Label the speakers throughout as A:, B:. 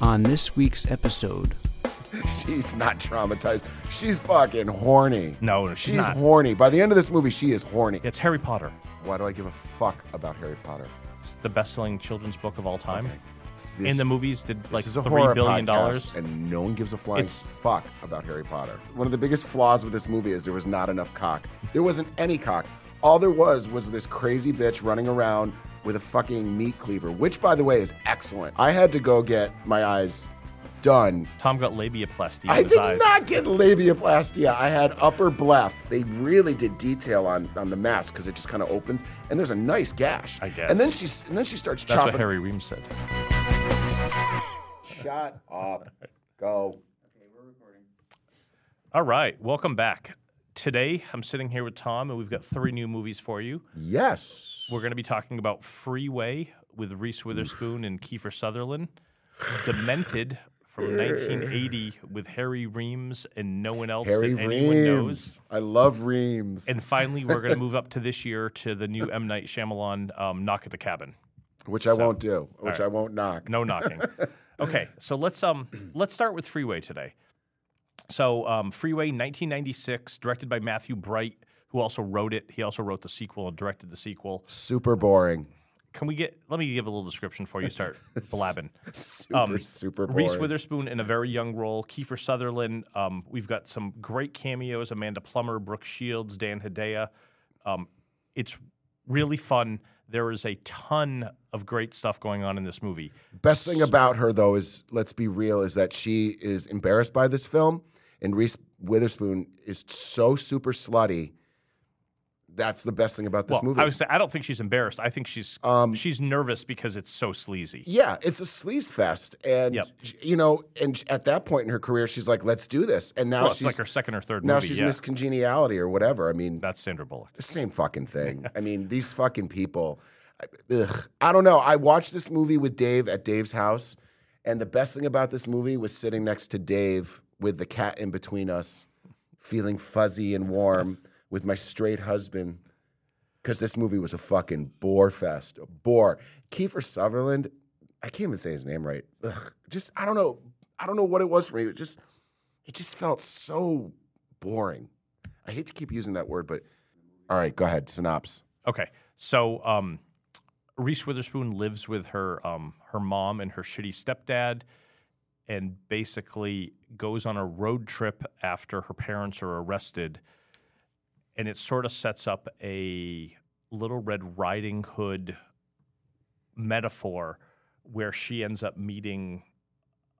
A: on this week's episode.
B: She's not traumatized. She's fucking horny.
C: No, she's not.
B: horny. By the end of this movie, she is horny.
C: It's Harry Potter.
B: Why do I give a fuck about Harry Potter?
C: It's the best-selling children's book of all time.
B: This-
C: and the movies did like
B: this is a
C: three
B: horror
C: billion
B: podcast,
C: dollars.
B: and no one gives a flying
C: It's-
B: fuck about Harry Potter. One of the biggest flaws with this movie is there was not enough cock. There wasn't any cock. All there was was this crazy bitch running around with a fucking meat cleaver, which, by the way, is excellent. I had to go get my eyes done.
C: Tom got labiaplasty. in
B: I
C: his
B: did
C: eyes.
B: not get labiaplastia. I had upper blef. They really did detail on, on the mask because it just kind of opens, and there's a nice gash.
C: I guess.
B: And then she's and then she starts
C: That's
B: chopping.
C: what Harry Reams said.
B: Shut up. Go.
C: All right, welcome back. Today I'm sitting here with Tom, and we've got three new movies for you.
B: Yes.
C: We're going to be talking about Freeway with Reese Witherspoon and Kiefer Sutherland, Demented from 1980 with Harry Reams and no one else
B: Harry
C: that anyone knows.
B: Reams. I love Reams.
C: And finally, we're going to move up to this year to the new M Night Shyamalan um, Knock at the Cabin.
B: which I won't do. Which I won't knock.
C: No knocking. okay, so let's um let's start with Freeway today. So um, Freeway 1996, directed by Matthew Bright, who also wrote it. He also wrote the sequel and directed the sequel.
B: Super boring.
C: Can we get? Let me give a little description before you start blabbing.
B: Super super boring.
C: Um, Reese Witherspoon in a very young role. Kiefer Sutherland. Um, we've got some great cameos: Amanda Plummer, Brooke Shields, Dan Hedaya. Um, it's really fun. There is a ton of great stuff going on in this movie.
B: Best thing about her though is let's be real is that she is embarrassed by this film, and Reese Witherspoon is so super slutty. That's the best thing about this
C: Well,
B: movie. Um,
C: I would say I don't think she's embarrassed. I think she's she's nervous because it's so sleazy.
B: yeah, it's a sleaze fest, and
C: Yep.
B: sh- you know, and sh- at that point in her career, she's like, "Let's do this," and now
C: Well, it's
B: she's
C: like her second or third
B: now
C: movie.
B: she's
C: yeah,
B: Miss Congeniality or whatever. I mean,
C: that's Sandra Bullock.
B: the same fucking thing. I mean, these fucking people. I- Ugh. I don't know. I watched this movie with Dave at Dave's house, and the best thing about this movie was sitting next to Dave with the cat in between us, feeling fuzzy and warm with my straight husband. Because this movie was a fucking bore fest. A bore. Kiefer Sutherland, I can't even say his name right. Ugh. Just I don't know. I don't know what it was for me. It just it just felt so boring. I hate to keep using that word, but all right, go ahead. Synopsis.
C: Okay, so um, Reese Witherspoon lives with her um, her mom and her shitty stepdad, and basically goes on a road trip after her parents are arrested, and it sort of sets up a Little Red Riding Hood metaphor where she ends up meeting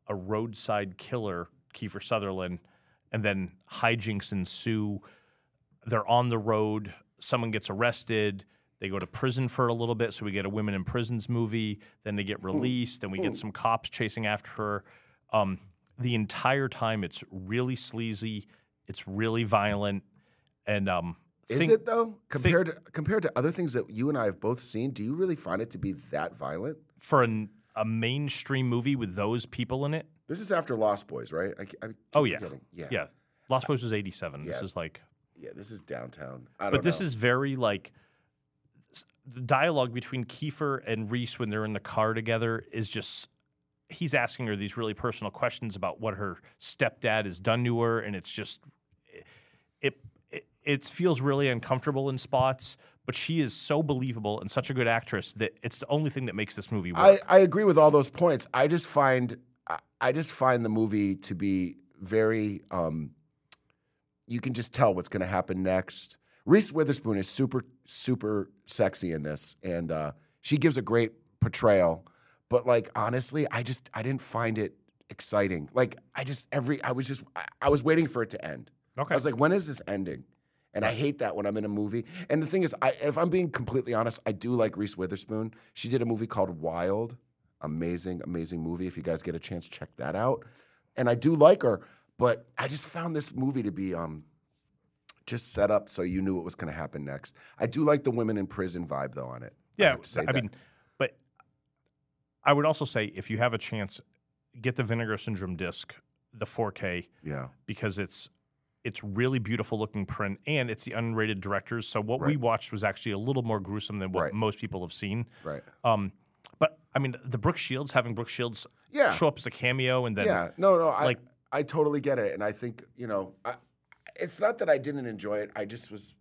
C: a roadside killer, Kiefer Sutherland, and then hijinks ensue. They're on the road. Someone gets arrested. They go to prison for a little bit. So we get a women in prisons movie. Then they get
B: Hmm.
C: released. Then we get some cops chasing after her. Um, the entire time, it's really sleazy. It's really violent. And um,
B: Is
C: think-
B: it though? Compared to compared to other things that you and I have both seen, do you really find it to be that violent?
C: for an, a mainstream movie with those people in it?
B: This is after Lost Boys, right? I, c- I keep
C: Oh yeah.
B: forgetting. yeah,
C: Yeah. Lost Boys was 87. This
B: Yeah.
C: is like
B: yeah, This is downtown. I don't
C: but this
B: know.
C: is very like s- the dialogue between Kiefer and Reese when they're in the car together is just he's asking her these really personal questions about what her stepdad has done to her and it's just it it, it feels really uncomfortable in spots. But she is so believable and such a good actress that it's the only thing that makes this movie work.
B: I, I agree with all those points. I just find I, I just find the movie to be very um you can just tell what's gonna happen next. Reese Witherspoon is super, super sexy in this, and uh, she gives a great portrayal. But like honestly, I just I didn't find it exciting. Like I just every I was just I, I was waiting for it to end.
C: Okay.
B: I was like, when is this ending? And I hate that when I'm in a movie. And the thing is, I, if I'm being completely honest, I do like Reese Witherspoon. She did a movie called Wild. Amazing, amazing movie. If you guys get a chance, check that out. And I do like her, but I just found this movie to be um, just set up so you knew what was going to happen next. I do like the women in prison vibe, though, on it. I,
C: Yeah,
B: have to say
C: I
B: that.
C: mean, but I would also say if you have a chance, get the Vinegar Syndrome disc, the 4K,
B: yeah.
C: because it's it's really beautiful looking print, and it's the unrated directors. So what we watched was actually a little more gruesome than what
B: Right.
C: most people have seen.
B: Right.
C: Um, But I mean, the Brooke Shields having Brooke Shields
B: Yeah.
C: show up as a cameo and then
B: yeah. No, no, I
C: like-
B: I totally get it, and I think you know, I, it's not that I didn't enjoy it. I just was.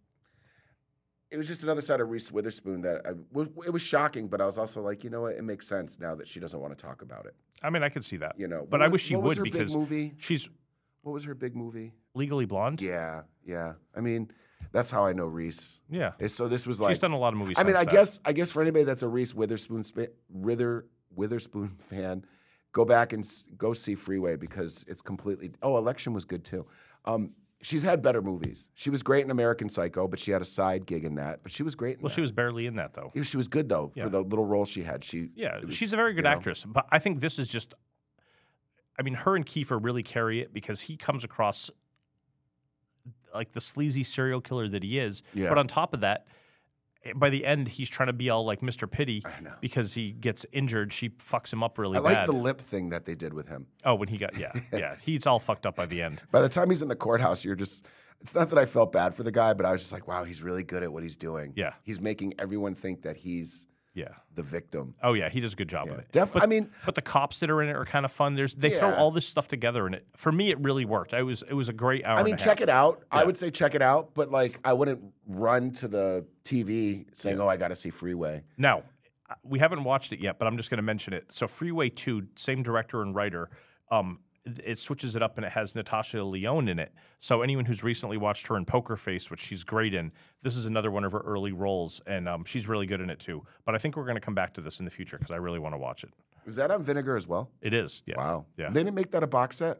B: It was just another side of Reese Witherspoon that I, w- it was shocking, but I was also like, you know what, it makes sense now that she doesn't want to talk about it.
C: I mean, I could see that.
B: You know,
C: but
B: What
C: I
B: was-
C: wish she
B: what was
C: would
B: her big
C: because
B: movie?
C: she's
B: What was her big movie?
C: legally blonde.
B: Yeah, yeah. I mean, that's how I know Reese.
C: Yeah.
B: And so this was like
C: she's done a lot of movies.
B: I mean,
C: since
B: I
C: that.
B: guess I guess for anybody that's a Reese Witherspoon spa- Rither, Witherspoon fan, go back and s- go see Freeway because it's completely. Oh, Election was good too. Um, she's had better movies. She was great in American Psycho, but she had a side gig in that. But she was great. In
C: Well,
B: that.
C: she was barely in that though.
B: Yeah, she was good though for the little role she had. She
C: Yeah,
B: it was-
C: she's a very good
B: you know.
C: actress, but I think this is just. I mean, her and Kiefer really carry it because he comes across like the sleazy serial killer that he is.
B: Yeah.
C: But on top of that, eh, by the end, he's trying to be all like Mr. Pity
B: know.
C: because he gets injured. She fucks him up really
B: I like
C: bad.
B: the lip thing that they did with him.
C: oh, when he got yeah, yeah, he's all fucked up by the end.
B: By the time he's in the courthouse, you're just. It's not that I felt bad for the guy, but I was just like, wow, he's really good at what he's doing.
C: Yeah.
B: he's making everyone think that he's
C: Yeah.
B: the victim.
C: Oh yeah, he does a good job with it.
B: Def- I mean,
C: but the cops that are in it are kind of fun. There's they throw
B: Yeah.
C: all this stuff together, and it for me it really worked. I was it was a great hour.
B: I mean,
C: and a
B: check it
C: half.
B: out. I would say check it out, but like, I wouldn't run to the TV saying, "Oh, I got to see Freeway."
C: Now, uh, we haven't watched it yet, but I'm just going to mention it. So, Freeway 2, same director and writer, um, th- it switches it up and it has Natasha Leone in it. So, anyone who's recently watched her in Poker Face, which she's great in, this is another one of her early roles, and um, she's really good in it too. But I think we're going to come back to this in the future because I really want to watch it.
B: Is that on Vinegar as well?
C: It is. Yeah.
B: Wow.
C: Yeah.
B: They didn't make that a box set.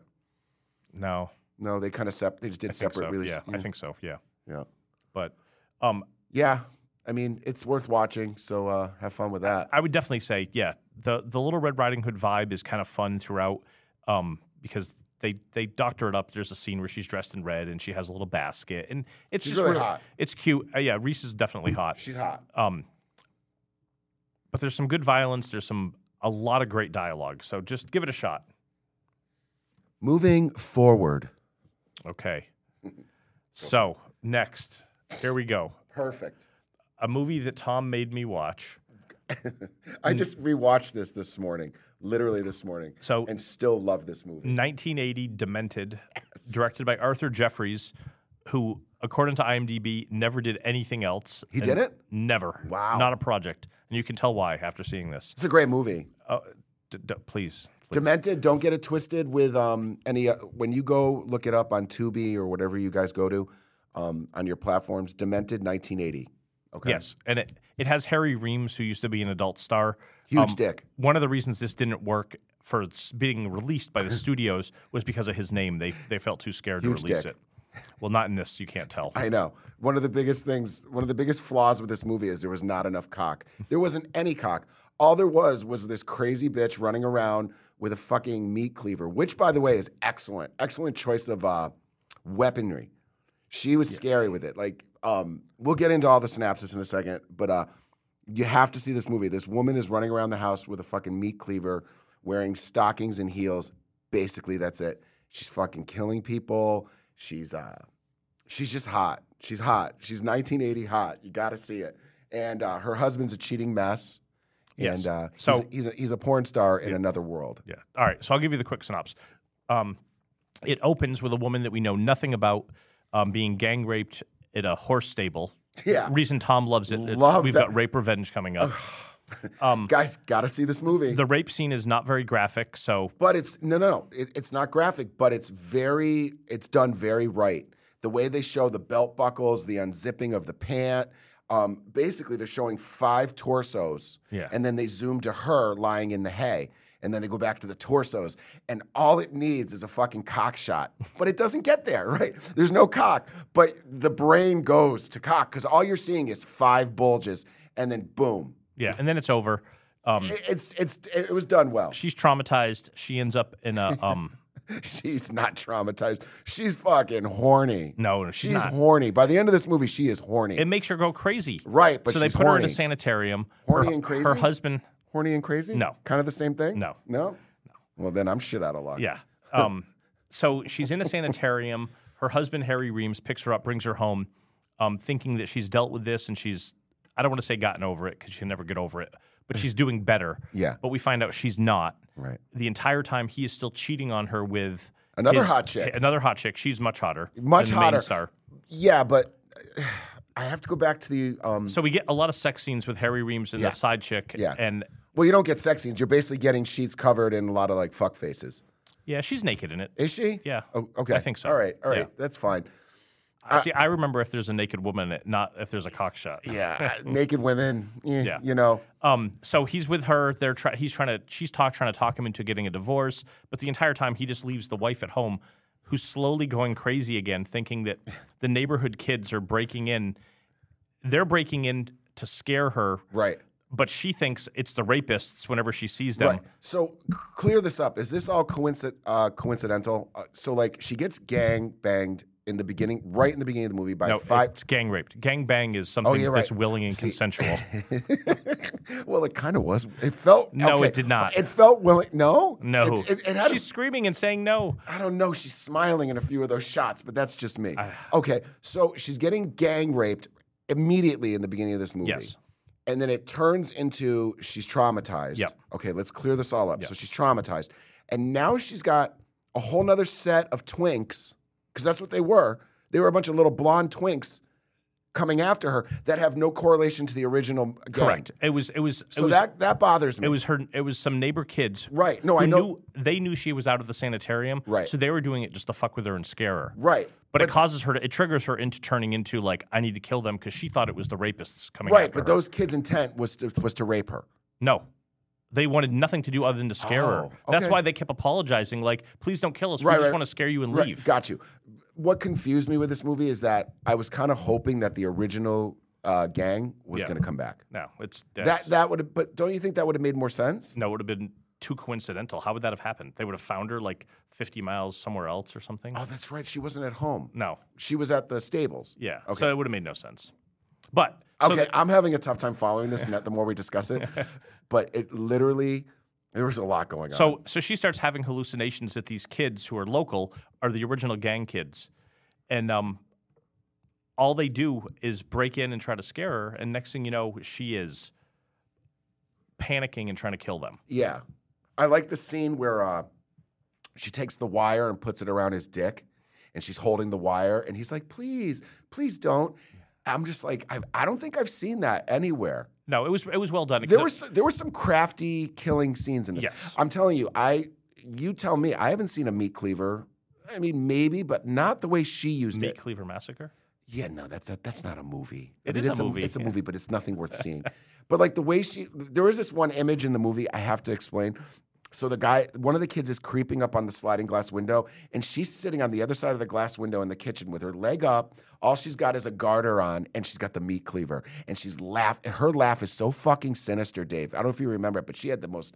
C: No.
B: No, they kind of sep. They just did
C: I think
B: separate
C: so.
B: release. mm,
C: yeah, I think so. Yeah.
B: Yeah.
C: But um,
B: Yeah. I mean, it's worth watching. So uh, have fun with that.
C: I would definitely say, yeah, the the Little Red Riding Hood vibe is kind of fun throughout um, because they they doctor it up. There's a scene where she's dressed in red and she has a little basket, and it's
B: She's
C: just
B: really hot.
C: It's cute. Uh, yeah, Reese is definitely hot.
B: She's hot.
C: Um, but there's some good violence. There's some a lot of great dialogue. So just give it a shot.
B: Moving forward.
C: Okay.
B: Mm-hmm.
C: So next, here we go.
B: Perfect.
C: A movie that Tom made me watch.
B: I just rewatched this this morning, literally this morning.
C: So-
B: and still love this movie.
C: 1980 Demented, directed by Arthur Jeffries, who, according to IMDb, never did anything else.
B: He
C: and
B: did it?
C: Never.
B: Wow.
C: Not a project. And you can tell why after seeing this.
B: It's a great movie.
C: Uh, d- d- please. please.
B: Demented, don't get it twisted with um, any. Uh, when you go look it up on Tubi or whatever you guys go to um, on your platforms, Demented 1980. Okay.
C: Yes. And it, it has Harry Reams, who used to be an adult star. Um,
B: Huge dick.
C: One of the reasons this didn't work for it's being released by the studios was because of his name. They, they felt too scared
B: Huge
C: to release
B: dick.
C: it. Well, not in this. You can't tell.
B: I know. One of the biggest things, one of the biggest flaws with this movie is there was not enough cock. There wasn't any cock. All there was was this crazy bitch running around with a fucking meat cleaver, which, by the way, is excellent. Excellent choice of uh, weaponry. She was scary with it. Like, um, we'll get into all the synopsis in a second, but uh, you have to see this movie. This woman is running around the house with a fucking meat cleaver, wearing stockings and heels. Basically, that's it. She's fucking killing people. She's uh, she's just hot. She's hot. She's 1980 hot. You got to see it. And uh, her husband's a cheating mess.
C: Yes.
B: And uh,
C: So-
B: he's, he's, a, he's a porn star in another world.
C: Yeah. All right. So I'll give you the quick synopsis. Um, it opens with a woman that we know nothing about um, being gang raped at a horse stable.
B: Yeah.
C: Reason Tom loves it. It's,
B: Love
C: we've
B: that-
C: got rape revenge coming up.
B: Guys, got to see this movie.
C: the rape scene is not very graphic, so
B: but it's no, no, no. It, it's not graphic, but it's very, it's done very right. The way they show the belt buckles, the unzipping of the pant. Um, basically, they're showing five torsos.
C: Yeah.
B: And then they zoom to her lying in the hay. And then they go back to the torsos. And all it needs is a fucking cock shot. But it doesn't get there, right? There's no cock. But the brain goes to cock because all you're seeing is five bulges. And then boom.
C: yeah. And then it's over. Um,
B: It- It's, it's, it was done well.
C: she's traumatized. She ends up in a um,
B: She's not traumatized. She's fucking horny.
C: No, no, she's not.
B: horny. By the end of this movie, she is horny.
C: it makes her go crazy.
B: Right, but
C: so they
B: she's
C: put her in a
B: horny.
C: sanitarium.
B: Horny
C: her,
B: and crazy?
C: Her husband.
B: horny and crazy?
C: No.
B: Kind of the same thing?
C: No.
B: No? No. Well, then I'm shit out of luck.
C: Yeah. Um, so she's in a sanitarium. Her husband, Harry Reams, picks her up, brings her home, um, thinking that she's dealt with this and she's, I don't want to say gotten over it because she'll never get over it, but she's doing better.
B: Yeah.
C: But we find out she's not.
B: Right.
C: The entire time he is still cheating on her with
B: Another
C: his-
B: hot chick.
C: Another hot chick. She's much hotter.
B: Much
C: than the main
B: hotter.
C: star.
B: Yeah, but I have to go back to the. Um,
C: So we get a lot of sex scenes with Harry Reams and
B: Yeah.
C: the side chick.
B: Yeah.
C: And
B: well, you don't get sex scenes. You're basically getting sheets covered in a lot of like fuck faces.
C: yeah, she's naked in it.
B: Is she?
C: Yeah.
B: Oh, okay.
C: I think so.
B: All right. All right.
C: Yeah.
B: That's fine.
C: See, I remember if there's a naked woman, not if there's a cock shot.
B: Yeah. Naked women. eh,
C: Yeah.
B: You know.
C: Um, so he's with her. They're try- he's trying to she's talk trying to talk him into getting a divorce, but the entire time he just leaves the wife at home, who's slowly going crazy again, thinking that the neighborhood kids are breaking in. They're breaking in to scare her,
B: Right.
C: but she thinks it's the rapists whenever she sees them.
B: Right. So c- clear this up. Is this all coinci- uh, coincidental? Uh, so like she gets gang banged in the beginning, right in the beginning of the movie by
C: No,
B: five.
C: it's gang raped. Gang bang is something
B: Oh, you're
C: that's
B: right.
C: willing and consensual.
B: well, it kind of was. It felt
C: No,
B: okay.
C: it did not.
B: It felt willing. No,
C: No,
B: It, it, it had. a-
C: she's screaming and saying no.
B: I don't know. She's smiling in a few of those shots, but that's just me. okay, so she's getting gang raped immediately in the beginning of this movie.
C: Yes.
B: And then it turns into she's traumatized.
C: Yep.
B: Okay, let's clear this all up. So she's traumatized. And now she's got a whole nother set of twinks, because that's what they were. They were a bunch of little blonde twinks coming after her that have no correlation to the original gang.
C: Correct. It was. It was. it
B: So
C: was,
B: that that bothers me.
C: It was her. It was some neighbor kids.
B: Right. No,
C: who
B: I know-
C: Knew, they knew she was out of the sanitarium.
B: Right.
C: So they were doing it just to fuck with her and scare her.
B: right.
C: But, it causes her to. It triggers her into turning into like I need to kill them because she thought it was the rapists coming.
B: Right,
C: after
B: but
C: her.
B: those kids' intent was to, was to rape her.
C: No. They wanted nothing to do other than to scare her.
B: Oh,
C: That's
B: okay.
C: why they kept apologizing, like, please don't kill us.
B: Right,
C: we just
B: right.
C: want to scare you and
B: Right,
C: leave.
B: Got you. What confused me with this movie is that I was kind of hoping that the original uh, gang was
C: Yeah.
B: going to come back.
C: No, it's
B: That that would have, but don't you think that would have made more sense?
C: no, it would have been too coincidental. How would that have happened? They would have found her like 50 miles somewhere else or something.
B: Oh, that's right. She wasn't at home.
C: No,
B: She was at the stables.
C: yeah.
B: Okay.
C: So it would have made no sense. But so
B: okay. I'm having a tough time following this. and that- the more we discuss it, but it literally there was a lot going on.
C: So so she starts having hallucinations that these kids who are local are the original gang kids, and um, all they do is break in and try to scare her. And next thing you know, she is panicking and trying to kill them.
B: yeah, I like the scene where uh, she takes the wire and puts it around his dick, and she's holding the wire, and he's like, "Please, please don't." I'm just like, I, I don't think I've seen that anywhere.
C: No, it was it was well done.
B: There were s- there were some crafty killing scenes in this.
C: Yes.
B: I'm telling you, I you tell me, I haven't seen a meat cleaver. I mean, maybe, but not the way she used
C: Meat
B: it.
C: Cleaver Massacre.
B: Yeah, no, that's that, that's not a movie.
C: It is a
B: it's
C: movie,
B: It's a
C: yeah.
B: movie, but it's nothing worth seeing. But like the way she, there is this one image in the movie I have to explain. So the guy, one of the kids is creeping up on the sliding glass window, and she's sitting on the other side of the glass window in the kitchen with her leg up. All she's got is a garter on, and she's got the meat cleaver, and she's laugh. Her laugh is so fucking sinister, Dave. I don't know if you remember it, but she had the most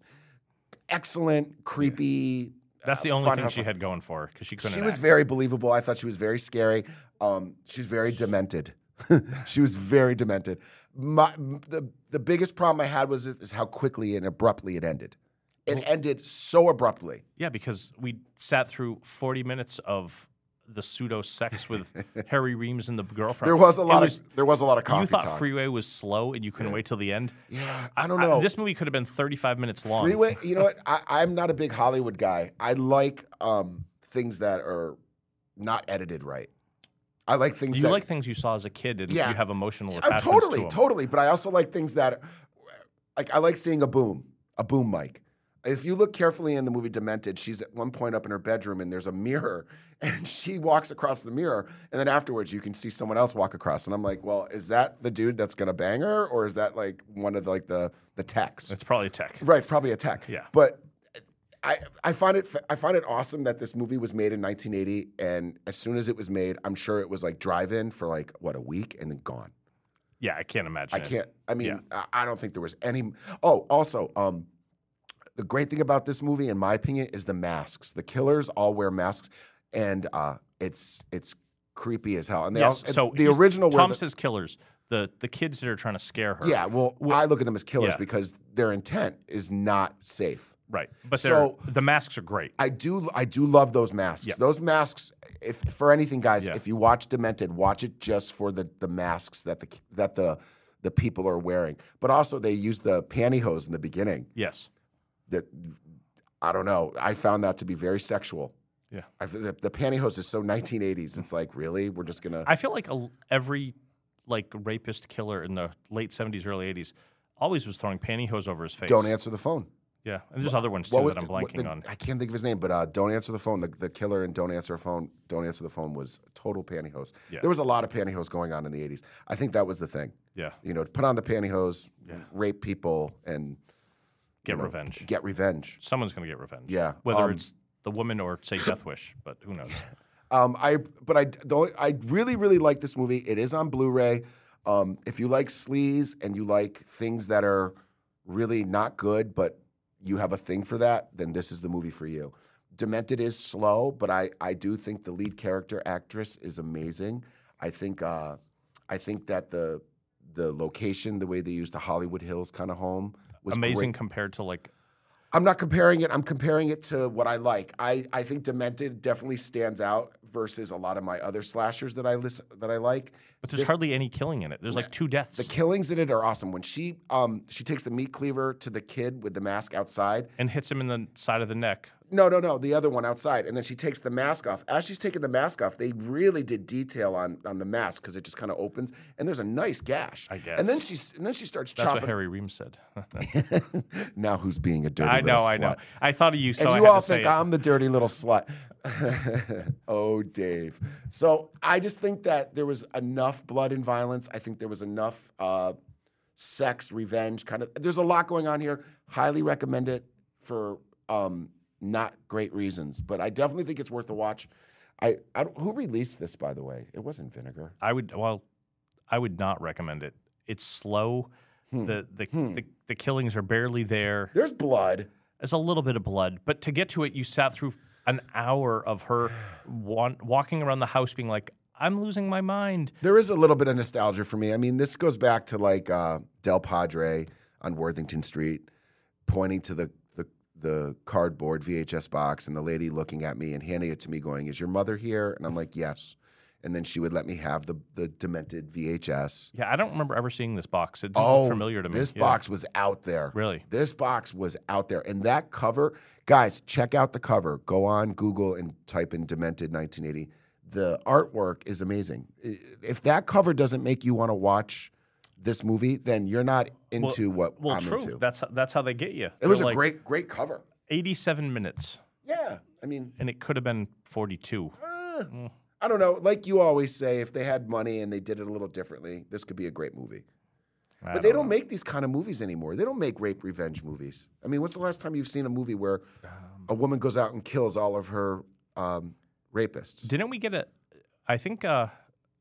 B: excellent, creepy.
C: That's the
B: uh,
C: only
B: fun
C: thing
B: house-
C: she had going for her because she couldn't.
B: she was
C: act.
B: very believable. I thought she was very scary. Um, she was very demented. she was very demented. My, the the biggest problem I had was is how quickly and abruptly it ended. It ended so abruptly.
C: yeah, because we sat through forty minutes of the pseudo sex with Harry Reams and the girlfriend.
B: There was a
C: It
B: lot
C: was-
B: of there was a lot of coffee
C: You thought
B: talk.
C: Freeway was slow and you couldn't wait till the end.
B: yeah, I don't know.
C: this movie could have been 35 minutes long.
B: Freeway. You know what? I, I'm not a big Hollywood guy. I like um, things that are not edited right. I like things.
C: you
B: that,
C: like things you saw as a kid and
B: Yeah.
C: you have emotional
B: I'm
C: attachments
B: Oh, totally,
C: to 'em.
B: totally. But I also like things that, like, I like seeing a boom, a boom mic. If you look carefully in the movie Demented, she's at one point up in her bedroom and there's a mirror, and she walks across the mirror, and then afterwards you can see someone else walk across, and I'm like, well, is that the dude that's gonna bang her, or is that like one of the, like the the techs?
C: It's probably tech.
B: Right, it's probably a tech.
C: Yeah.
B: But I I find it I find it awesome that this movie was made in 1980, and as soon as it was made, I'm sure it was like drive-in for like what a week and then gone.
C: Yeah, I can't imagine.
B: I
C: it.
B: can't. I mean, I, I don't think there was any. Oh, also, um, the great thing about this movie, in my opinion, is the masks. The killers all wear masks, and uh, it's it's creepy as hell. And they
C: Yes,
B: all,
C: so
B: the
C: he's-
B: original were
C: Tom
B: the-
C: says killers. The the kids that are trying to scare her.
B: yeah. Well, I look at them as killers
C: yeah.
B: because their intent is not safe.
C: Right. But
B: So-
C: they're the masks are great.
B: I do I do love those masks. Those masks, if for anything, guys,
C: Yeah.
B: if you watch Demented, watch it just for the the masks that the that the the people are wearing. But also, they use the pantyhose in the beginning.
C: Yes.
B: That I don't know. I found that to be very sexual.
C: Yeah.
B: I, the, the pantyhose is so 1980s. It's like, really? We're just gonna.
C: I feel like a, every like rapist killer in the late 70s, early 80s always was throwing pantyhose over his face.
B: don't answer the phone.
C: Yeah. And there's other ones too
B: What would-
C: that I'm
B: what
C: blanking
B: the-
C: on.
B: I can't think of his name, but uh, don't answer the phone. The, the killer and don't answer a phone. Don't answer the phone was total pantyhose.
C: Yeah.
B: There was a lot of pantyhose going on in the 80s. I think that was the thing.
C: Yeah.
B: You know, put on the pantyhose,
C: Yeah.
B: rape people, and
C: Get
B: you know,
C: revenge.
B: Get revenge.
C: Someone's going to get revenge.
B: Yeah,
C: Whether
B: um,
C: it's the woman or say Death Wish, but who knows?
B: Um, I but I the only, I really really like this movie. It is on Blu-ray. Um, if you like sleaze and you like things that are really not good, but you have a thing for that, then this is the movie for you. Demented is slow, but I I do think the lead character actress is amazing. I think uh, I think that the the location, the way they used the Hollywood Hills kind of home, was
C: Amazing
B: great.
C: compared to like
B: I'm not comparing it. I'm comparing it to what I like. I, I think Demented definitely stands out versus a lot of my other slashers that I listen that I like.
C: But there's hardly any killing in it. There's like two deaths.
B: The killings in it are awesome. When she um she takes the meat cleaver to the kid with the mask outside.
C: and hits him in the side of the neck.
B: No, no, no, the other one outside, and then she takes the mask off. As she's taking the mask off, they really did detail on on the mask because it just kind of opens, and there's a nice gash.
C: I
B: And then
C: guess.
B: she's and then she starts
C: That's what
B: chopping.
C: Harry Reams said.
B: now who's being a dirty?
C: I
B: little
C: know, I know.
B: slut?
C: I thought of you, so
B: and
C: I
B: you
C: had
B: all
C: to say
B: think
C: it.
B: I'm the dirty little slut. oh, Dave. So I just think that there was enough blood and violence. I think there was enough uh, sex, revenge, kind of. There's a lot going on here. Highly recommend it for um, not great reasons, but I definitely think it's worth a watch. I, I don't- who released this, by the way? It wasn't Vinegar.
C: I would well, I would not recommend it. It's slow.
B: Hmm.
C: The the, the the killings are barely there.
B: There's blood.
C: There's a little bit of blood, but to get to it, you sat through an hour of her wan- walking around the house, being like, "I'm losing my mind."
B: There is a little bit of nostalgia for me. I mean, this goes back to like uh, Del Padre on Worthington Street, pointing to the, the the cardboard VHS box, and the lady looking at me and handing it to me, going, "Is your mother here?" And I'm like, "Yes." And then she would let me have the the demented VHS.
C: Yeah, I don't remember ever seeing this box. It didn't
B: Oh,
C: look familiar to me.
B: This
C: Yeah.
B: box was out there.
C: Really?
B: This box was out there, and that cover, guys, check out the cover. Go on Google and type in "Demented 1980." The artwork is amazing. I- If that cover doesn't make you want to watch this movie, then you're not into what
C: Well,
B: I'm
C: true.
B: into.
C: That's how- that's how they get you.
B: it was
C: They're
B: a
C: like
B: great, great cover.
C: 87 minutes,
B: Yeah, I mean,
C: and it could have been 42.
B: eh, I don't know. Like you always say, if they had money and they did it a little differently, this could be a great movie.
C: I
B: But they don't make these kind of movies anymore. They don't make rape revenge movies. I mean, what's the last time you've seen a movie where a
C: Um.
B: woman goes out and kills all of her um, rapists?
C: Didn't we get a? I think uh,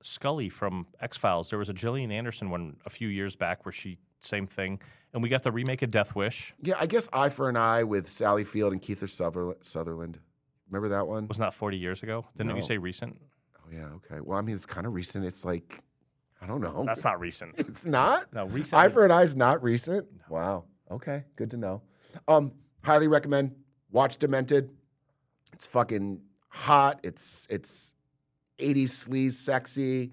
C: Scully from X Files. There was a Gillian Anderson one a few years back where she same thing, and we got the remake of Death Wish.
B: Yeah, I guess Eye for an Eye with Sally Field and Keith Sutherl- Sutherland. Remember that one?
C: Wasn't that forty years ago? Didn't
B: No.
C: you say recent?
B: Oh yeah, okay. Well, I mean, it's kind of recent. It's like, I don't know.
C: That's not recent.
B: it's not.
C: No, recent.
B: Eye
C: was-
B: for an Eye is not recent. Wow. Okay, good to know. Um, highly recommend. Watch Demented. It's fucking hot. It's it's 80s sleaze sexy.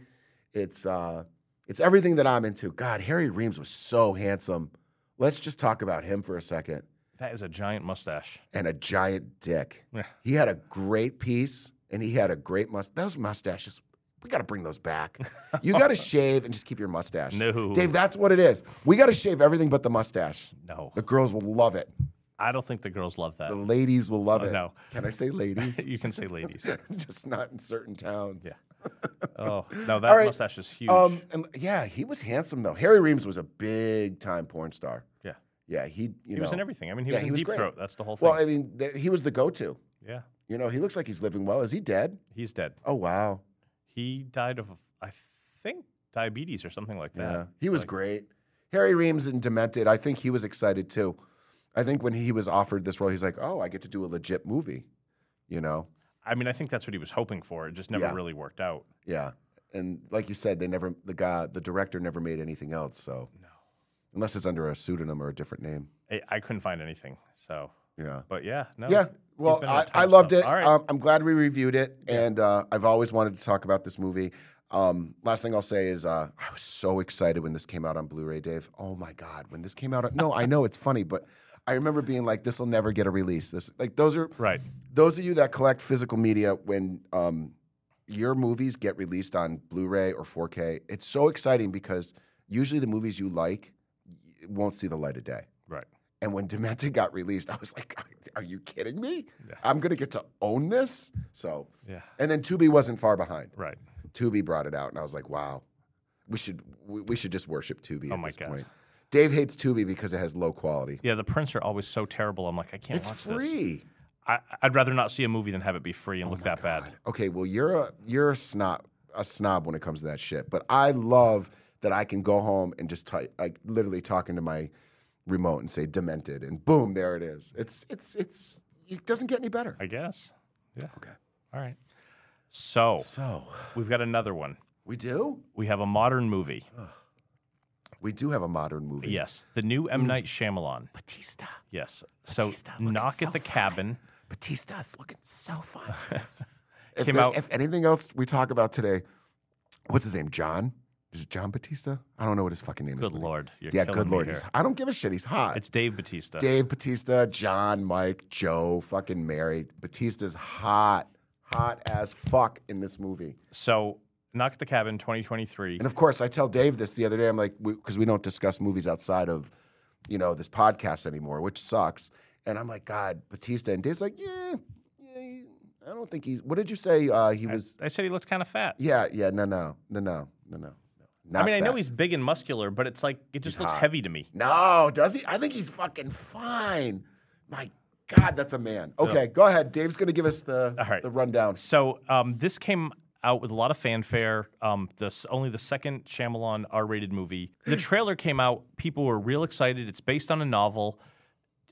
B: It's uh it's everything that I'm into. God, Harry Reams was so handsome. Let's just talk about him for a second.
C: that is a giant mustache.
B: And a giant dick.
C: Yeah.
B: He had a great piece and he had a great mustache. Those mustaches, we gotta bring those back. You gotta shave and just keep your mustache.
C: No.
B: Dave, that's what it is. We gotta shave everything but the mustache.
C: No,
B: The girls will love it.
C: I don't think the girls love that.
B: The ladies will love
C: Oh,
B: it.
C: no.
B: Can I say ladies?
C: you can say ladies.
B: Just not in certain towns.
C: Yeah. Oh no, that
B: All right,
C: mustache is huge.
B: Um. And yeah, he was handsome though. Harry Reams was a big time porn star.
C: yeah,
B: Yeah. He. You
C: he was in everything. I mean, he was in Deep Throat. That's the whole thing.
B: Well, I mean, th- he was the go-to.
C: yeah,
B: You know, he looks like he's living well. Is he dead?
C: he's dead.
B: Oh wow.
C: He died of, I think, diabetes or something like that.
B: Yeah. He was great. Harry Reams in Demented. I think he was excited too. I think when he was offered this role, he's like, "Oh, I get to do a legit movie." You know.
C: I mean, I think that's what he was hoping for. It just never
B: Yeah.
C: really worked out.
B: Yeah. And like you said, they never the guy the director never made anything else, so
C: No.
B: unless it's under a pseudonym or a different name.
C: I, I couldn't find anything. So,
B: Yeah.
C: but yeah, no.
B: yeah.
C: he's
B: Well,
C: been in
B: I,
C: a ton
B: I
C: of
B: loved
C: stuff.
B: it.
C: All right.
B: Um, I'm glad we reviewed it, and uh, I've always wanted to talk about this movie. Um, last thing I'll say is uh, I was so excited when this came out on Blu-ray, Dave. Oh my God, when this came out, on- no, I know it's funny, but I remember being like, this will never get a release. This like those are
C: Right.
B: those of you that collect physical media when um, your movies get released on Blu-ray or 4K, it's so exciting because usually the movies you like y- won't see the light of day.
C: Right.
B: And when Demented got released, I was like, "Are you kidding me?
C: Yeah.
B: I'm gonna get to own this." So,
C: Yeah.
B: and then Tubi wasn't far behind.
C: Right.
B: Tubi brought it out, and I was like, "Wow, we should we, we should just worship Tubi."
C: Oh
B: at
C: my
B: this
C: God.
B: point. Dave hates Tubi because it has low quality.
C: Yeah. The prints are always so terrible. I'm like, I can't
B: It's
C: watch this.
B: free. Oh
C: I, I'd rather not see a movie than have it be free and look that bad.
B: Okay, well you're a you're a snob a snob when it comes to that shit, but I love that I can go home and just type like literally talking to my remote and say "demented" and boom, there it is. It's it's it's it doesn't get any better.
C: I guess. Yeah.
B: Okay.
C: All right. So
B: So
C: we've got another one.
B: we do
C: We have a modern movie.
B: Oh, we do have a modern movie.
C: Yes. The new
B: Mm.
C: M. Night Shyamalan.
B: Batista,
C: Yes. So Knock at the Cabin.
B: Batista's looking so fun. if,
C: Came
B: they-
C: out-
B: if anything else we talk about today, what's his name? John? Is it John Batista? I don't know what his fucking name is.
C: Good
B: but-
C: Lord. You're
B: Yeah,
C: killing
B: good
C: me
B: lord.
C: here.
B: He's, I don't give a shit. He's hot.
C: It's uh, Dave Batista.
B: Dave Batista, John, Mike, Joe, fucking Mary. Batista's hot, hot as fuck in this movie.
C: So Knock at the Cabin 2023.
B: And of course, I tell Dave this the other day. I'm like, because we, don't discuss movies outside of, you know, this podcast anymore, which sucks. And I'm like, God, Batista. And Dave's like, yeah, yeah he- I don't think he's. What did you say? Uh, he was.
C: I said he looked kind of fat.
B: Yeah, yeah, no, no, no, no, no, no. Not
C: I mean, I know
B: fat.
C: he's big and muscular, but it's like it just looks
B: hot.
C: heavy to me.
B: No, does he? I think he's fucking fine. My God, that's a man. Okay, go ahead. Dave's gonna give us the
C: All right.
B: the rundown.
C: So um, this came out with a lot of fanfare. Um, this only the second Shyamalan R-rated movie. The trailer came out. People were real excited. It's based on a novel.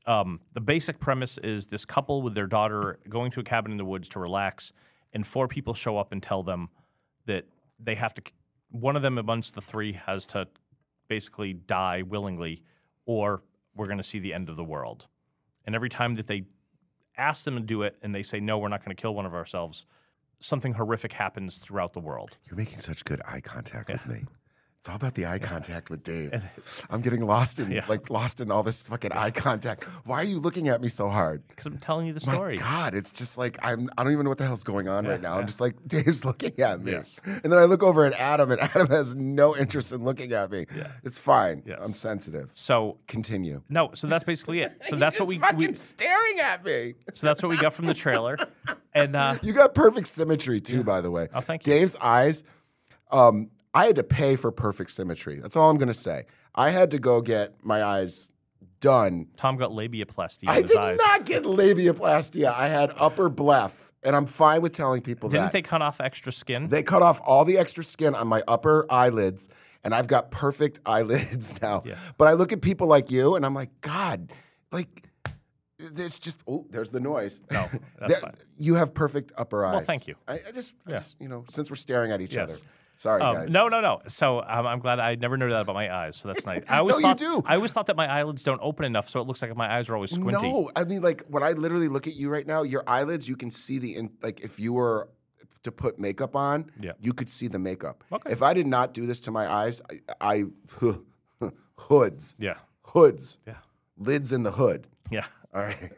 C: Um, the basic premise is this couple with their daughter going to a cabin in the woods to relax, and four people show up and tell them that they have to. One of them amongst the three has to basically die willingly, or we're going to see the end of the world. And every time that they ask them to do it and they say, no, we're not going to kill one of ourselves, something horrific happens throughout the world.
B: You're making such good eye contact with me. It's all about the eye contact with Dave. I'm getting lost in
C: Yeah.
B: like lost in all this fucking eye contact. Why are you looking at me so hard?
C: Because I'm telling you the
B: My
C: story.
B: God, it's just like I'm. I don't even know what the hell's going on right now. I'm
C: yeah.
B: just like Dave's looking at me,
C: Yes.
B: and then I look over at Adam, and Adam has no interest in looking at me.
C: Yeah.
B: It's fine.
C: Yes.
B: I'm sensitive.
C: So
B: Continue.
C: no, so that's basically it. So
B: He's
C: that's what
B: just
C: we,
B: fucking
C: we
B: staring at me.
C: so that's what we got from the trailer, and uh,
B: You got perfect symmetry too, by the way.
C: Oh, thank you.
B: Dave's eyes. Um, I had to pay for perfect symmetry. That's all I'm gonna say. I had to go get my eyes done.
C: Tom got labiaplasty in
B: I
C: his
B: did
C: eyes.
B: not get labiaplastia. I had upper bleph, and I'm fine with telling people
C: Didn't
B: that.
C: they cut off extra skin?
B: They cut off all the extra skin on my upper eyelids, and I've got perfect eyelids now.
C: Yeah.
B: But I look at people like you, and I'm like, God, like, it's just, oh, there's the noise.
C: No, that's
B: There-
C: fine.
B: You have perfect upper eyes.
C: thank you.
B: I, I, just, I
C: Yeah.
B: just, you know, since we're staring at each
C: Yes.
B: other. Sorry,
C: Um,
B: guys.
C: no, no, no. So um, I'm glad I never knew that about my eyes. So that's nice. I always
B: No, you
C: thought
B: do.
C: I always thought that my eyelids don't open enough, so it looks like my eyes are always squinty.
B: No, I mean, like, when I literally look at you right now, your eyelids, you can see the, in, like, if you were to put makeup on,
C: Yeah.
B: you could see the makeup.
C: Okay.
B: If I did not do this to my eyes, I, I hoods.
C: Yeah,
B: hoods,
C: yeah,
B: lids in the hood.
C: yeah.
B: All right.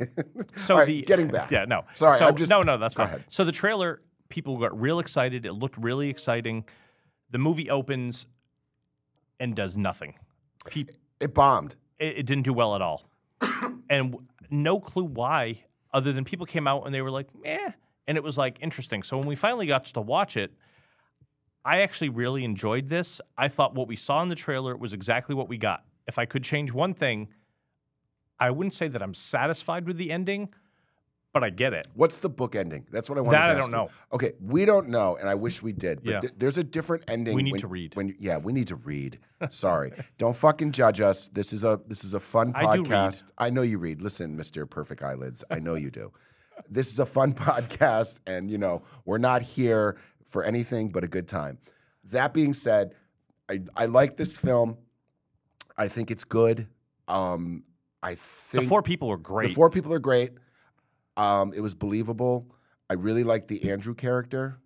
C: So
B: All right,
C: the
B: getting back.
C: Yeah, no.
B: Sorry,
C: so,
B: I'm just
C: no, no. That's
B: go
C: fine.
B: ahead.
C: So the trailer, people got real excited. It looked really exciting. The movie opens and does nothing. Peop
B: It bombed.
C: it, it didn't do well at all, and w- no clue why, other than people came out and they were like, "Eh," and it was like interesting. So when we finally got to watch it. I actually really enjoyed this. I thought what we saw in the trailer was exactly what we got. If I could change one thing, I wouldn't say that I'm satisfied with the ending, but I get it.
B: What's the book ending? That's what I wanted
C: That
B: to
C: I
B: ask
C: don't
B: you.
C: know.
B: Okay, we don't know, and I wish we did. But
C: Yeah.
B: th- there's a different ending.
C: We need
B: when-
C: to read.
B: When yeah, we need to read. Sorry, don't fucking judge us. This is a this is a fun
C: I do read.
B: podcast. I know you read. Listen, Mister Perfect Eyelids, I know you do. This is a fun podcast, and you know we're not here for anything but a good time. That being said, I I like this film. I think it's good. Um, I
C: The
B: think
C: four people were great.
B: The four people are great. Um, it was believable. I really liked the Andrew character.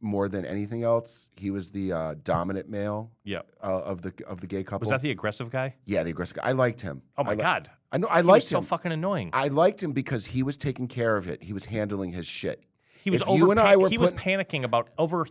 B: more than anything else, he was the uh, dominant male
C: Yeah.
B: uh, of the of the gay couple.
C: Was that the aggressive guy?
B: yeah, the aggressive. guy. I liked him.
C: Oh my
B: I li-
C: god.
B: I know. I
C: He was
B: liked
C: so
B: him.
C: fucking annoying.
B: I liked him because he was taking care of it. He was handling his shit.
C: He was
B: if
C: over
B: you and I were
C: he was panicking about over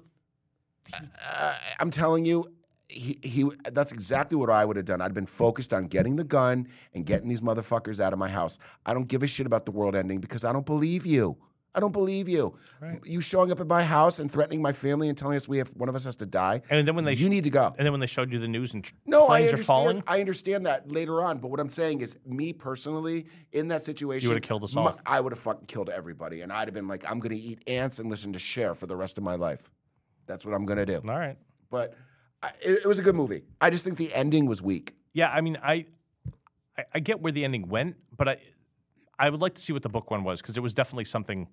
B: Uh, I'm telling you, he, he that's exactly what I would have done. I'd been focused on getting the gun and getting these motherfuckers out of my house. I don't give a shit about the world ending because I don't believe you. I don't believe you.
C: Right.
B: You showing up at my house and threatening my family and telling us we have one of us has to die.
C: and then when they
B: you need to go.
C: and then when they showed you the news and tr-
B: No, I
C: planes
B: understand.
C: are falling.
B: I understand that later on, but what I'm saying is, me personally, in that situation,
C: You would've killed us all.
B: my- I would have fucking killed everybody, and I'd have been like, I'm gonna eat ants and listen to Cher for the rest of my life. That's what I'm gonna do.
C: All right.
B: But I, it, it was a good movie. I just think the ending was weak.
C: Yeah, I mean, I, I, I get where the ending went, but I, I would like to see what the book one was because it was definitely something.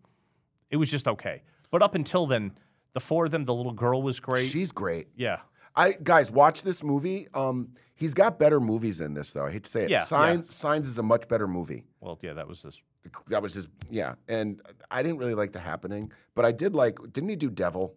C: It was just okay, but up until then, the four of them, the little girl was great.
B: She's great.
C: yeah,
B: I guys, watch this movie. Um, he's got better movies than this, though. I hate to say it.
C: Yeah, yeah.
B: Signs, Signs is a much better movie.
C: well, yeah, that was this.
B: That was his, yeah. And I didn't really like The Happening, but I did like. Didn't he do Devil?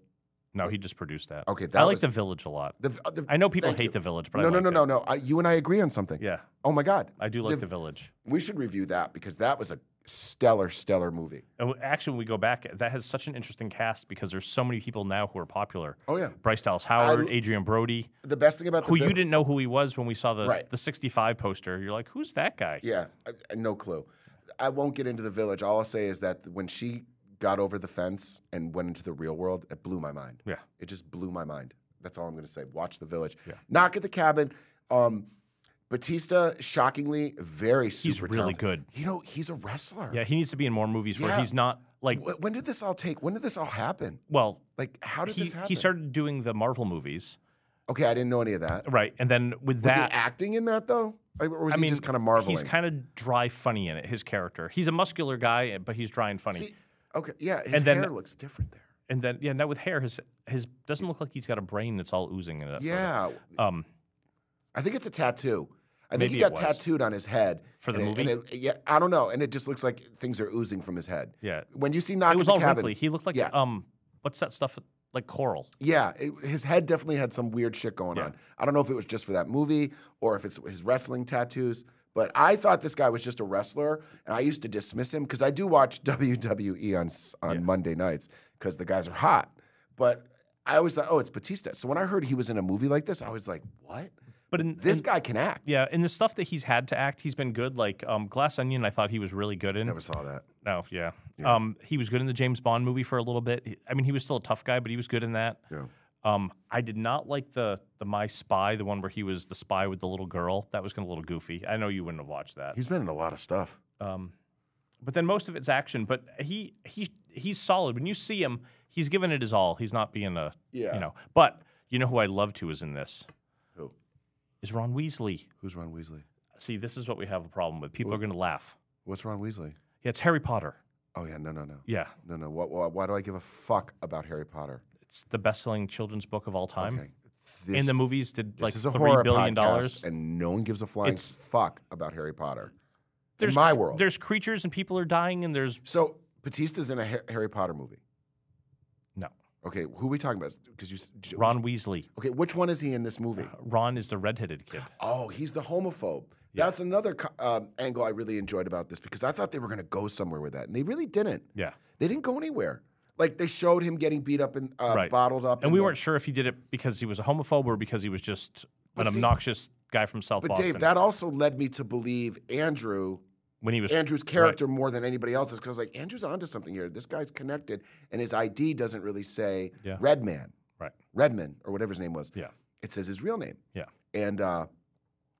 C: No, he just produced that.
B: Okay,
C: I
B: that
C: like
B: was-
C: the village a lot.
B: The, uh, the-
C: I know people
B: thank
C: hate
B: you.
C: the village, but
B: no,
C: I
B: no,
C: liked
B: no,
C: it.
B: no, no, I You and I agree on something.
C: Yeah,
B: Oh my God.
C: I do like
B: The-
C: the village.
B: We should review that because that was a stellar, stellar movie.
C: And w- actually, when we go back, that has such an interesting cast because there's so many people now who are popular.
B: Oh yeah.
C: Bryce Dallas Howard, Adrian Brody,
B: The best thing about the
C: who you
B: vi-
C: didn't know who he was when we saw the
B: Right.
C: the 65 poster. You're like, who's that guy?
B: Yeah, I, I- no clue. I won't get into the village. All I'll say is that when she got over the fence and went into the real world, it blew my mind.
C: Yeah.
B: It just blew my mind. That's all I'm going to say. Watch the village.
C: Yeah.
B: Knock at the cabin. Um, Batista, shockingly, very super.
C: He's really
B: talented.
C: good.
B: You know, he's a wrestler.
C: Yeah, he needs to be in more movies where
B: Yeah.
C: he's not like
B: Wh- When did this all take? When did this all happen?
C: well,
B: Like, how did
C: he
B: this happen?
C: he started doing the Marvel movies,
B: Okay, I didn't know any of that.
C: right? And then with
B: Was
C: that
B: he acting in that though, Like, or was
C: I
B: he
C: mean,
B: just kind of marveling?
C: He's kind of dry funny in it, his character. He's a muscular guy, but he's dry and funny.
B: See, okay, yeah. His
C: And then-
B: hair looks different there.
C: and then yeah, now with hair his his doesn't look like he's got a brain that's all oozing in it.
B: Yeah,
C: Um
B: I think it's a tattoo. I think
C: Maybe
B: he
C: it
B: got
C: was.
B: tattooed on his head
C: For the
B: and it- and it- yeah, I don't know, and it just looks like things are oozing from his head.
C: yeah.
B: When you see
C: It
B: Knock at
C: was
B: the
C: all
B: Cabin,
C: wrinkly. He looked like
B: Yeah.
C: um what's that stuff like coral.
B: yeah, it, his head definitely had some weird shit going
C: Yeah.
B: on. I don't know if it was just for that movie or if it's his wrestling tattoos, but I thought this guy was just a wrestler, and I used to dismiss him because I do watch WWE on s- on Monday nights because the guys are hot. But I always thought, oh, it's Batista. So when I heard he was in a movie like this, I was like, what?
C: But in
B: This
C: in-
B: guy can act.
C: yeah, in the stuff that he's had to act, he's been good. Like um, Glass Onion, I thought he was really good in.
B: Never saw that.
C: No, yeah. Um, he was good in the James Bond movie for a little bit. He- I mean, he was still a tough guy, but he was good in that.
B: Yeah.
C: Um, I did not like the the My Spy, the one where he was the spy with the little girl. That was kind of a little goofy. I know you wouldn't have watched that.
B: He's been in a lot of stuff.
C: Um, but then most of it's action. But he he he's solid. When you see him, he's giving it his all. He's not being a
B: Yeah.
C: you know. But you know who I love to is in this
B: Who?
C: is Ron Weasley.
B: Who's Ron Weasley?
C: See, this is what we have a problem with. People are going to laugh.
B: What's Ron Weasley?
C: Yeah, it's Harry Potter.
B: Oh yeah, no, no, no,
C: Yeah,
B: no, no. What, why why do I give a fuck about Harry Potter?
C: it's the best-selling children's book of all time.
B: Okay, this,
C: and the movies did
B: this
C: like
B: is a
C: three
B: horror
C: billion
B: podcast,
C: dollars.
B: and no one gives a flying
C: It's-
B: fuck about Harry Potter.
C: There's
B: in my world,
C: There's creatures and people are dying, and there's
B: so Batista's in a Ha- Harry Potter movie.
C: no
B: Okay, who are we talking about? Because you, s- j-
C: Ron Uh, Weasley.
B: Okay, which one is he in this movie?
C: Ron is the redheaded kid.
B: Oh, he's the homophobe. That's another co- um, angle I really enjoyed about this because I thought they were going to go somewhere with that, and they really didn't.
C: Yeah,
B: They didn't go anywhere. Like they showed him getting beat up and uh,
C: Right.
B: bottled up,
C: and we
B: the-
C: weren't sure if he did it because he was a homophobe or because he was just an
B: see-
C: obnoxious guy from South
B: But
C: Boston.
B: Dave, that also led me to believe Andrew,
C: when he was
B: Andrew's character more than anybody else's, because like Andrew's onto something here. This guy's connected, and his ID doesn't really say
C: Yeah.
B: Redman,
C: right,
B: Redman, or whatever his name was.
C: yeah,
B: It says his real name,
C: yeah,
B: and uh,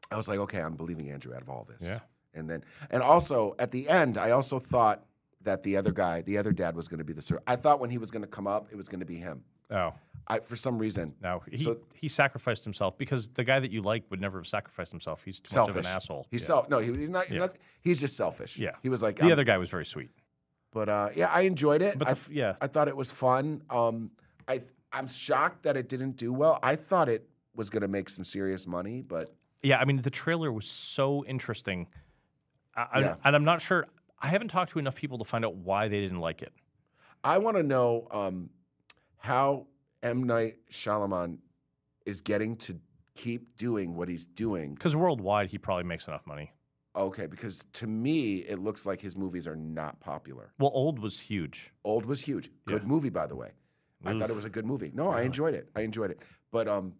B: I was like, okay, I'm believing Andrew out of all this.
C: yeah.
B: And then, and also at the end, I also thought that the other guy, the other dad, was going to be the sir. I thought when he was going to come up, it was going to be him.
C: Oh
B: I, for some reason,
C: no, he
B: So-
C: he sacrificed himself because the guy that you like would never have sacrificed himself. He's too
B: selfish.
C: much of an asshole.
B: He's
C: yeah.
B: self. No, he, he's not, not. He's just selfish.
C: Yeah.
B: He was like
C: The
B: I'm-
C: other guy was very sweet.
B: But uh, yeah, I enjoyed it.
C: But
B: I,
C: the f- yeah.
B: I thought it was fun. Um, I th- I'm shocked that it didn't do well. I thought it was gonna make some serious money, but
C: Yeah, I mean the trailer was so interesting, I, I-
B: Yeah.
C: and I'm not sure. I haven't talked to enough people to find out why they didn't like it.
B: I want to know um, how M Night Shyamalan is getting to keep doing what he's doing.
C: Because worldwide, he probably makes enough money.
B: Okay, because to me it looks like his movies are not popular.
C: Well, Old was huge.
B: Old was huge. Good
C: Yeah.
B: movie, by the way. I thought it was a good movie. No, I
C: Yeah.
B: enjoyed it. I enjoyed it. But um,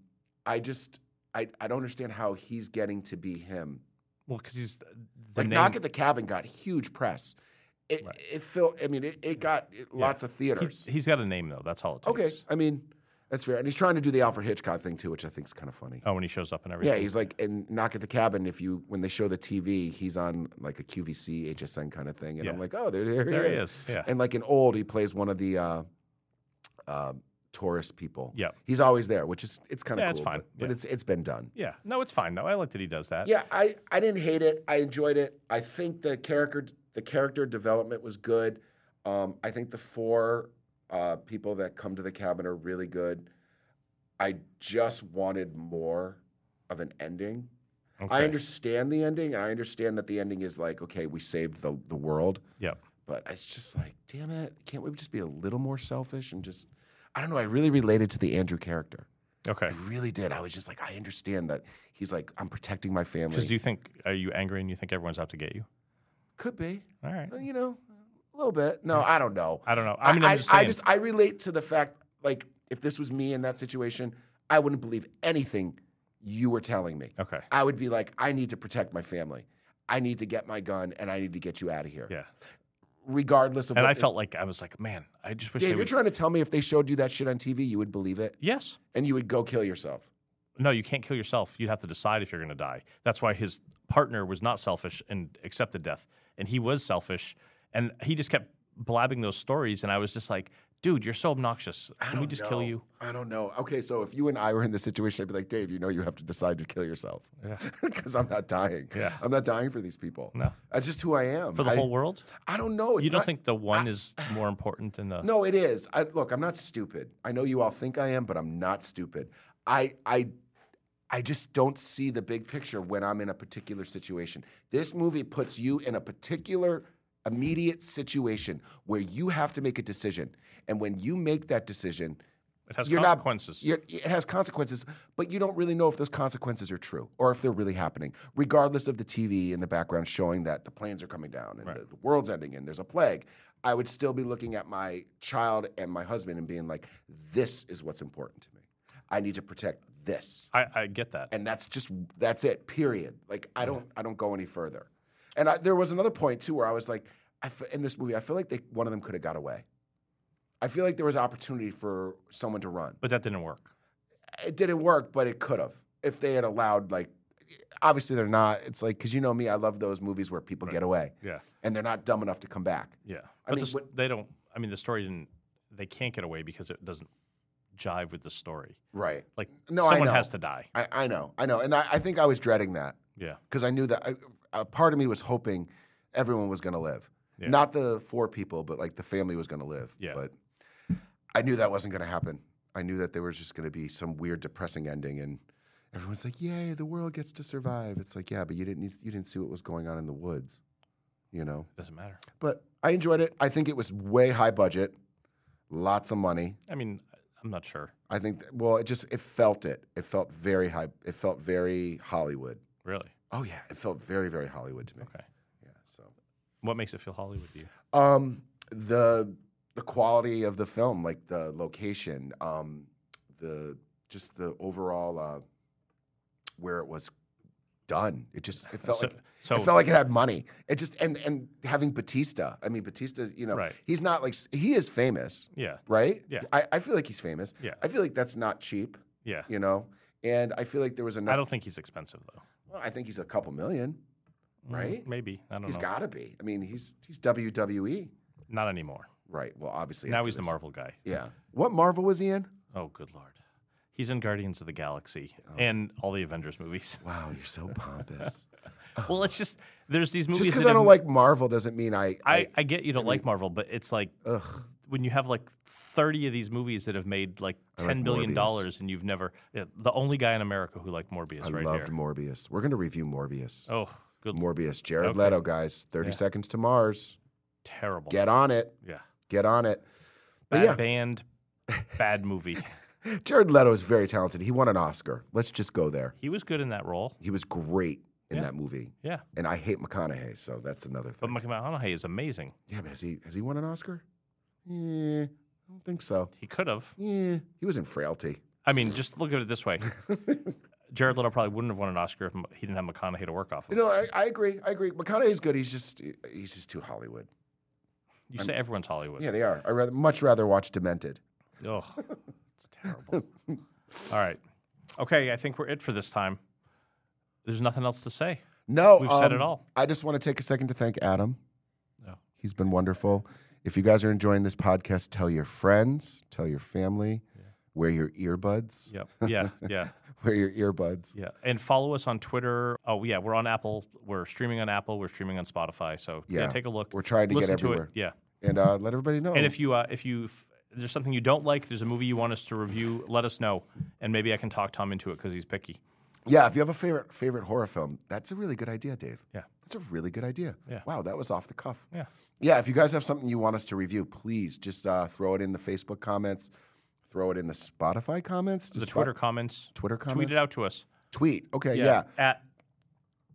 B: I just I, I don't understand how he's getting to be him.
C: Well, because he's the
B: like
C: name-
B: Knock at the Cabin got huge press. It
C: Right.
B: it felt. I mean, it, it got it- lots of theaters.
C: he's- he's got a name though. That's all it takes.
B: okay, I mean that's fair. And he's trying to do the Alfred Hitchcock thing too, which I think is kind of funny.
C: Oh, when he shows up and everything.
B: Yeah, he's like in Knock at the Cabin. If you when they show the TV, he's on like a QVC HSN kind of thing, and I'm
C: Yeah.
B: like, oh, there, there,
C: there
B: he is.
C: Yeah.
B: And like in Old, he plays one of the uh, uh, tourist people.
C: Yep.
B: he's always there, which is it's kind of
C: Yeah,
B: cool.
C: it's fine.
B: But, but
C: Yeah.
B: it's it's been done.
C: yeah. No, it's fine though. I like that he does that.
B: Yeah, I, I didn't hate it. I enjoyed it. I think the character the character development was good. Um, I think the four uh, people that come to the cabin are really good. I just wanted more of an ending.
C: Okay.
B: I understand the ending, and I understand that the ending is like, okay, we saved the the world,
C: Yep.
B: but it's just like, damn it, can't we just be a little more selfish and just? I don't know. I really related to the Andrew character.
C: Okay.
B: I really did. I was just like, I understand that he's like, I'm protecting my family.
C: Because do you think are you angry and you think everyone's out to get you?
B: Could be.
C: All right.
B: Well, You know, a little bit. No, I don't know.
C: I don't know. I mean,
B: I,
C: I'm just saying.
B: I just I relate to the fact like if this was me in that situation, I wouldn't believe anything you were telling me.
C: okay.
B: I would be like, I need to protect my family. I need to get my gun and I need to get you out of here.
C: Yeah.
B: Regardless of
C: And
B: what
C: I felt like I was like, man, I just wish they
B: Dave, you're
C: would.
B: trying to tell me if they showed you that shit on TV, you would believe it
C: yes.
B: and you would go kill yourself.
C: No, you can't kill yourself. You have to decide if you're going to die. That's why his partner was not selfish and accepted death, and he was selfish, and he just kept blabbing those stories. And I was just like, dude, you're so obnoxious.
B: I
C: Can we
B: don't
C: just kill
B: know.
C: you?
B: I don't know. Okay, so if you and I were in this situation, I'd be like, Dave, you know you have to decide to kill yourself.
C: Yeah.
B: Because I'm not dying.
C: Yeah.
B: I'm not dying for these people.
C: No.
B: That's just who I am.
C: For the
B: I-
C: whole world?
B: I don't know. It's
C: you don't
B: not-
C: think the one is more important than the?
B: No, it is. I, look, I'm not stupid. I know you all think I am, but I'm not stupid. I, I, I just don't see the big picture when I'm in a particular situation. This movie puts you in a particular immediate situation where you have to make a decision, and when you make that decision,
C: it has
B: you're not-
C: consequences.
B: you're, it has consequences, but you don't really know if those consequences are true or if they're really happening, regardless of the TV in the background showing that the planes are coming down and
C: Right.
B: the, the world's ending and there's a plague. I would still be looking at my child and my husband and being like, this is what's important to me. I need to protect this.
C: I, I get that.
B: And that's just, that's it, period. Like, I don't, I don't go any further. And I, there was another point too where I was like, I f- in this movie, I feel like they, one of them could have got away. I feel like there was opportunity for someone to run
C: But that didn't work.
B: it didn't work, but it could have if they had allowed like. Obviously, they're not. It's like because you know me, I love those movies where people get away
C: Yeah.
B: and they're not dumb enough to come back.
C: Yeah.
B: I
C: But
B: mean,
C: the s-
B: what-
C: they don't. I mean, the story didn't. They can't get away because it doesn't jive with the story.
B: Right.
C: Like
B: No, I
C: someone
B: know.
C: has to die.
B: I, I know. I know. And I, I think I was dreading that
C: Yeah.
B: because I knew that I, a part of me was hoping everyone was going to live,
C: Yeah.
B: not the four people, but like the family was going to live.
C: Yeah.
B: But I knew that wasn't going to happen. I knew that there was just going to be some weird, depressing ending, and everyone's like, "Yay, the world gets to survive." It's like, yeah, but you didn't need, you didn't see what was going on in the woods, you know.
C: Doesn't matter.
B: but I enjoyed it. I think it was way high budget, lots of money.
C: I mean, I'm not sure.
B: I think th- well, it just it felt it. It felt very high. It felt very Hollywood.
C: Really.
B: Oh yeah, it felt very very Hollywood to me.
C: Okay.
B: Yeah. So
C: What makes it feel Hollywood to you?
B: um, the the quality of the film, like the location, um, the just the overall uh, where it was done. It just it felt
C: so,
B: like
C: so
B: it felt like it had money. It just and and having Batista. I mean Batista. You know,
C: Right.
B: he's not like s- he is famous.
C: yeah,
B: right?
C: Yeah.
B: I, I feel like he's famous.
C: Yeah.
B: I feel like that's not cheap,
C: yeah.
B: you know? And I feel like there was
C: I
B: enough.
C: don't think he's expensive though.
B: well, I think he's a couple million.
C: Mm,
B: Right?
C: Maybe I don't
B: He's
C: know.
B: got to be. I mean, he's he's E. WWE.
C: Not anymore.
B: Right. Well, obviously.
C: now
B: after
C: he's the
B: this.
C: Marvel guy.
B: Yeah. What Marvel was he in?
C: Oh, good lord. He's in Guardians of the Galaxy
B: Oh.
C: and all the Avengers movies.
B: Wow, you're so pompous.
C: well, it's just there's these
B: Just
C: movies.
B: because
C: that
B: I don't
C: have-
B: like Marvel doesn't mean I. I,
C: I, I get you don't like Marvel, but it's like
B: ugh.
C: when you have like 30 of these movies that have made like
B: I like
C: ten billion
B: Morbius.
C: dollars and you've never yeah, the only guy in America who liked Morbius
B: I
C: right
B: loved
C: here.
B: Morbius. We're going to review Morbius.
C: oh, good
B: Morbius. Jared
C: Okay.
B: Leto, guys. 30
C: Yeah.
B: Seconds to Mars.
C: terrible.
B: Get on it.
C: yeah.
B: Get on it. But
C: Bad
B: yeah.
C: band, Bad movie.
B: Jared Leto is very talented. He won an Oscar. Let's just go there.
C: he was good in that role.
B: He was great in
C: Yeah.
B: that movie.
C: Yeah.
B: And I hate McConaughey, so that's another
C: But
B: thing.
C: Michael McConaughey is amazing.
B: yeah, but has he has he won an Oscar? Yeah, I don't think so.
C: He could have.
B: Yeah, he was in Frailty.
C: I mean, just look at it this way. Jared Leto probably wouldn't have won an Oscar if M- he didn't have McConaughey to work off of.
B: You know, I, I agree. I agree. McConaughey's good. He's just he's just too Hollywood.
C: you say everyone's Hollywood.
B: Yeah, they are. I rather much rather watch Demented.
C: Oh, it's terrible. All right. Okay, I think we're it for this time. There's nothing else to say.
B: No,
C: We've said it
B: um,
C: all.
B: I just want to take a second to thank Adam.
C: Yeah.
B: He's been wonderful. If you guys are enjoying this podcast, tell your friends, tell your family, wear your earbuds,
C: Yep. Yeah. Yeah.
B: wear your earbuds.
C: Yeah. And follow us on Twitter. Oh, yeah. We're on Apple. We're streaming on Apple. We're streaming on Spotify. So yeah,
B: Yeah.
C: take a look.
B: We're trying to get
C: Listen
B: everywhere.
C: to it. Yeah.
B: And uh, let everybody know.
C: And if you uh, if you if there's something you don't like, there's a movie you want us to review, let us know, and maybe I can talk Tom into it because he's picky.
B: yeah, if you have a favorite favorite horror film, that's a really good idea, Dave.
C: Yeah.
B: That's a really good idea.
C: Yeah.
B: Wow, that was off the cuff.
C: Yeah.
B: Yeah, if you guys have something you want us to review, please just uh, throw it in the Facebook comments, throw it in the Spotify comments,
C: The
B: Does Spo-
C: Twitter comments. Uh,
B: Twitter
C: Tweet
B: comments,
C: it out to us.
B: tweet. Okay, yeah.
C: At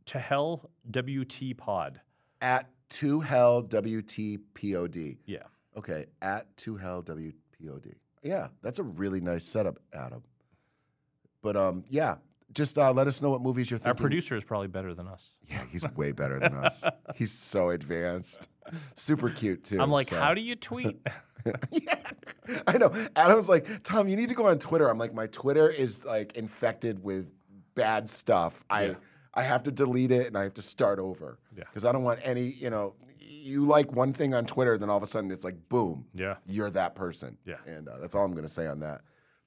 C: to hell WT pod.
B: at to hell WTPOD.
C: Yeah.
B: Okay, at to hell WPOD. Yeah, that's a really nice setup, Adam. But um, yeah, just uh, let us know what movies you're thinking.
C: Our producer is probably better than us.
B: Yeah, he's way better than us. He's so advanced, super cute too.
C: I'm like,
B: so.
C: how do you tweet?
B: yeah, I know. Adam's like, Tom, you need to go on Twitter. I'm like, my Twitter is like infected with bad stuff. I I have to delete it and I have to start over.
C: Yeah.
B: Because I don't want any, you know, you like one thing on Twitter, then all of a sudden it's like, boom,
C: Yeah.
B: you're that person.
C: Yeah.
B: And uh, that's all I'm going to say on that.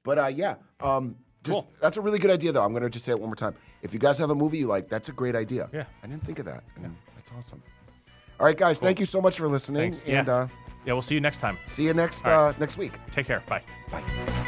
B: But uh, yeah, um, just,
C: Cool.
B: that's a really good idea, though. I'm going to just say it one more time. If you guys have a movie you like, that's a great idea.
C: Yeah.
B: I didn't think of that. And That's awesome. All right, guys, thank you so much for listening.
C: Thanks.
B: And
C: yeah.
B: uh,
C: yeah, we'll see you next time.
B: see you next
C: All
B: uh, next week.
C: Take care. Bye.
B: Bye.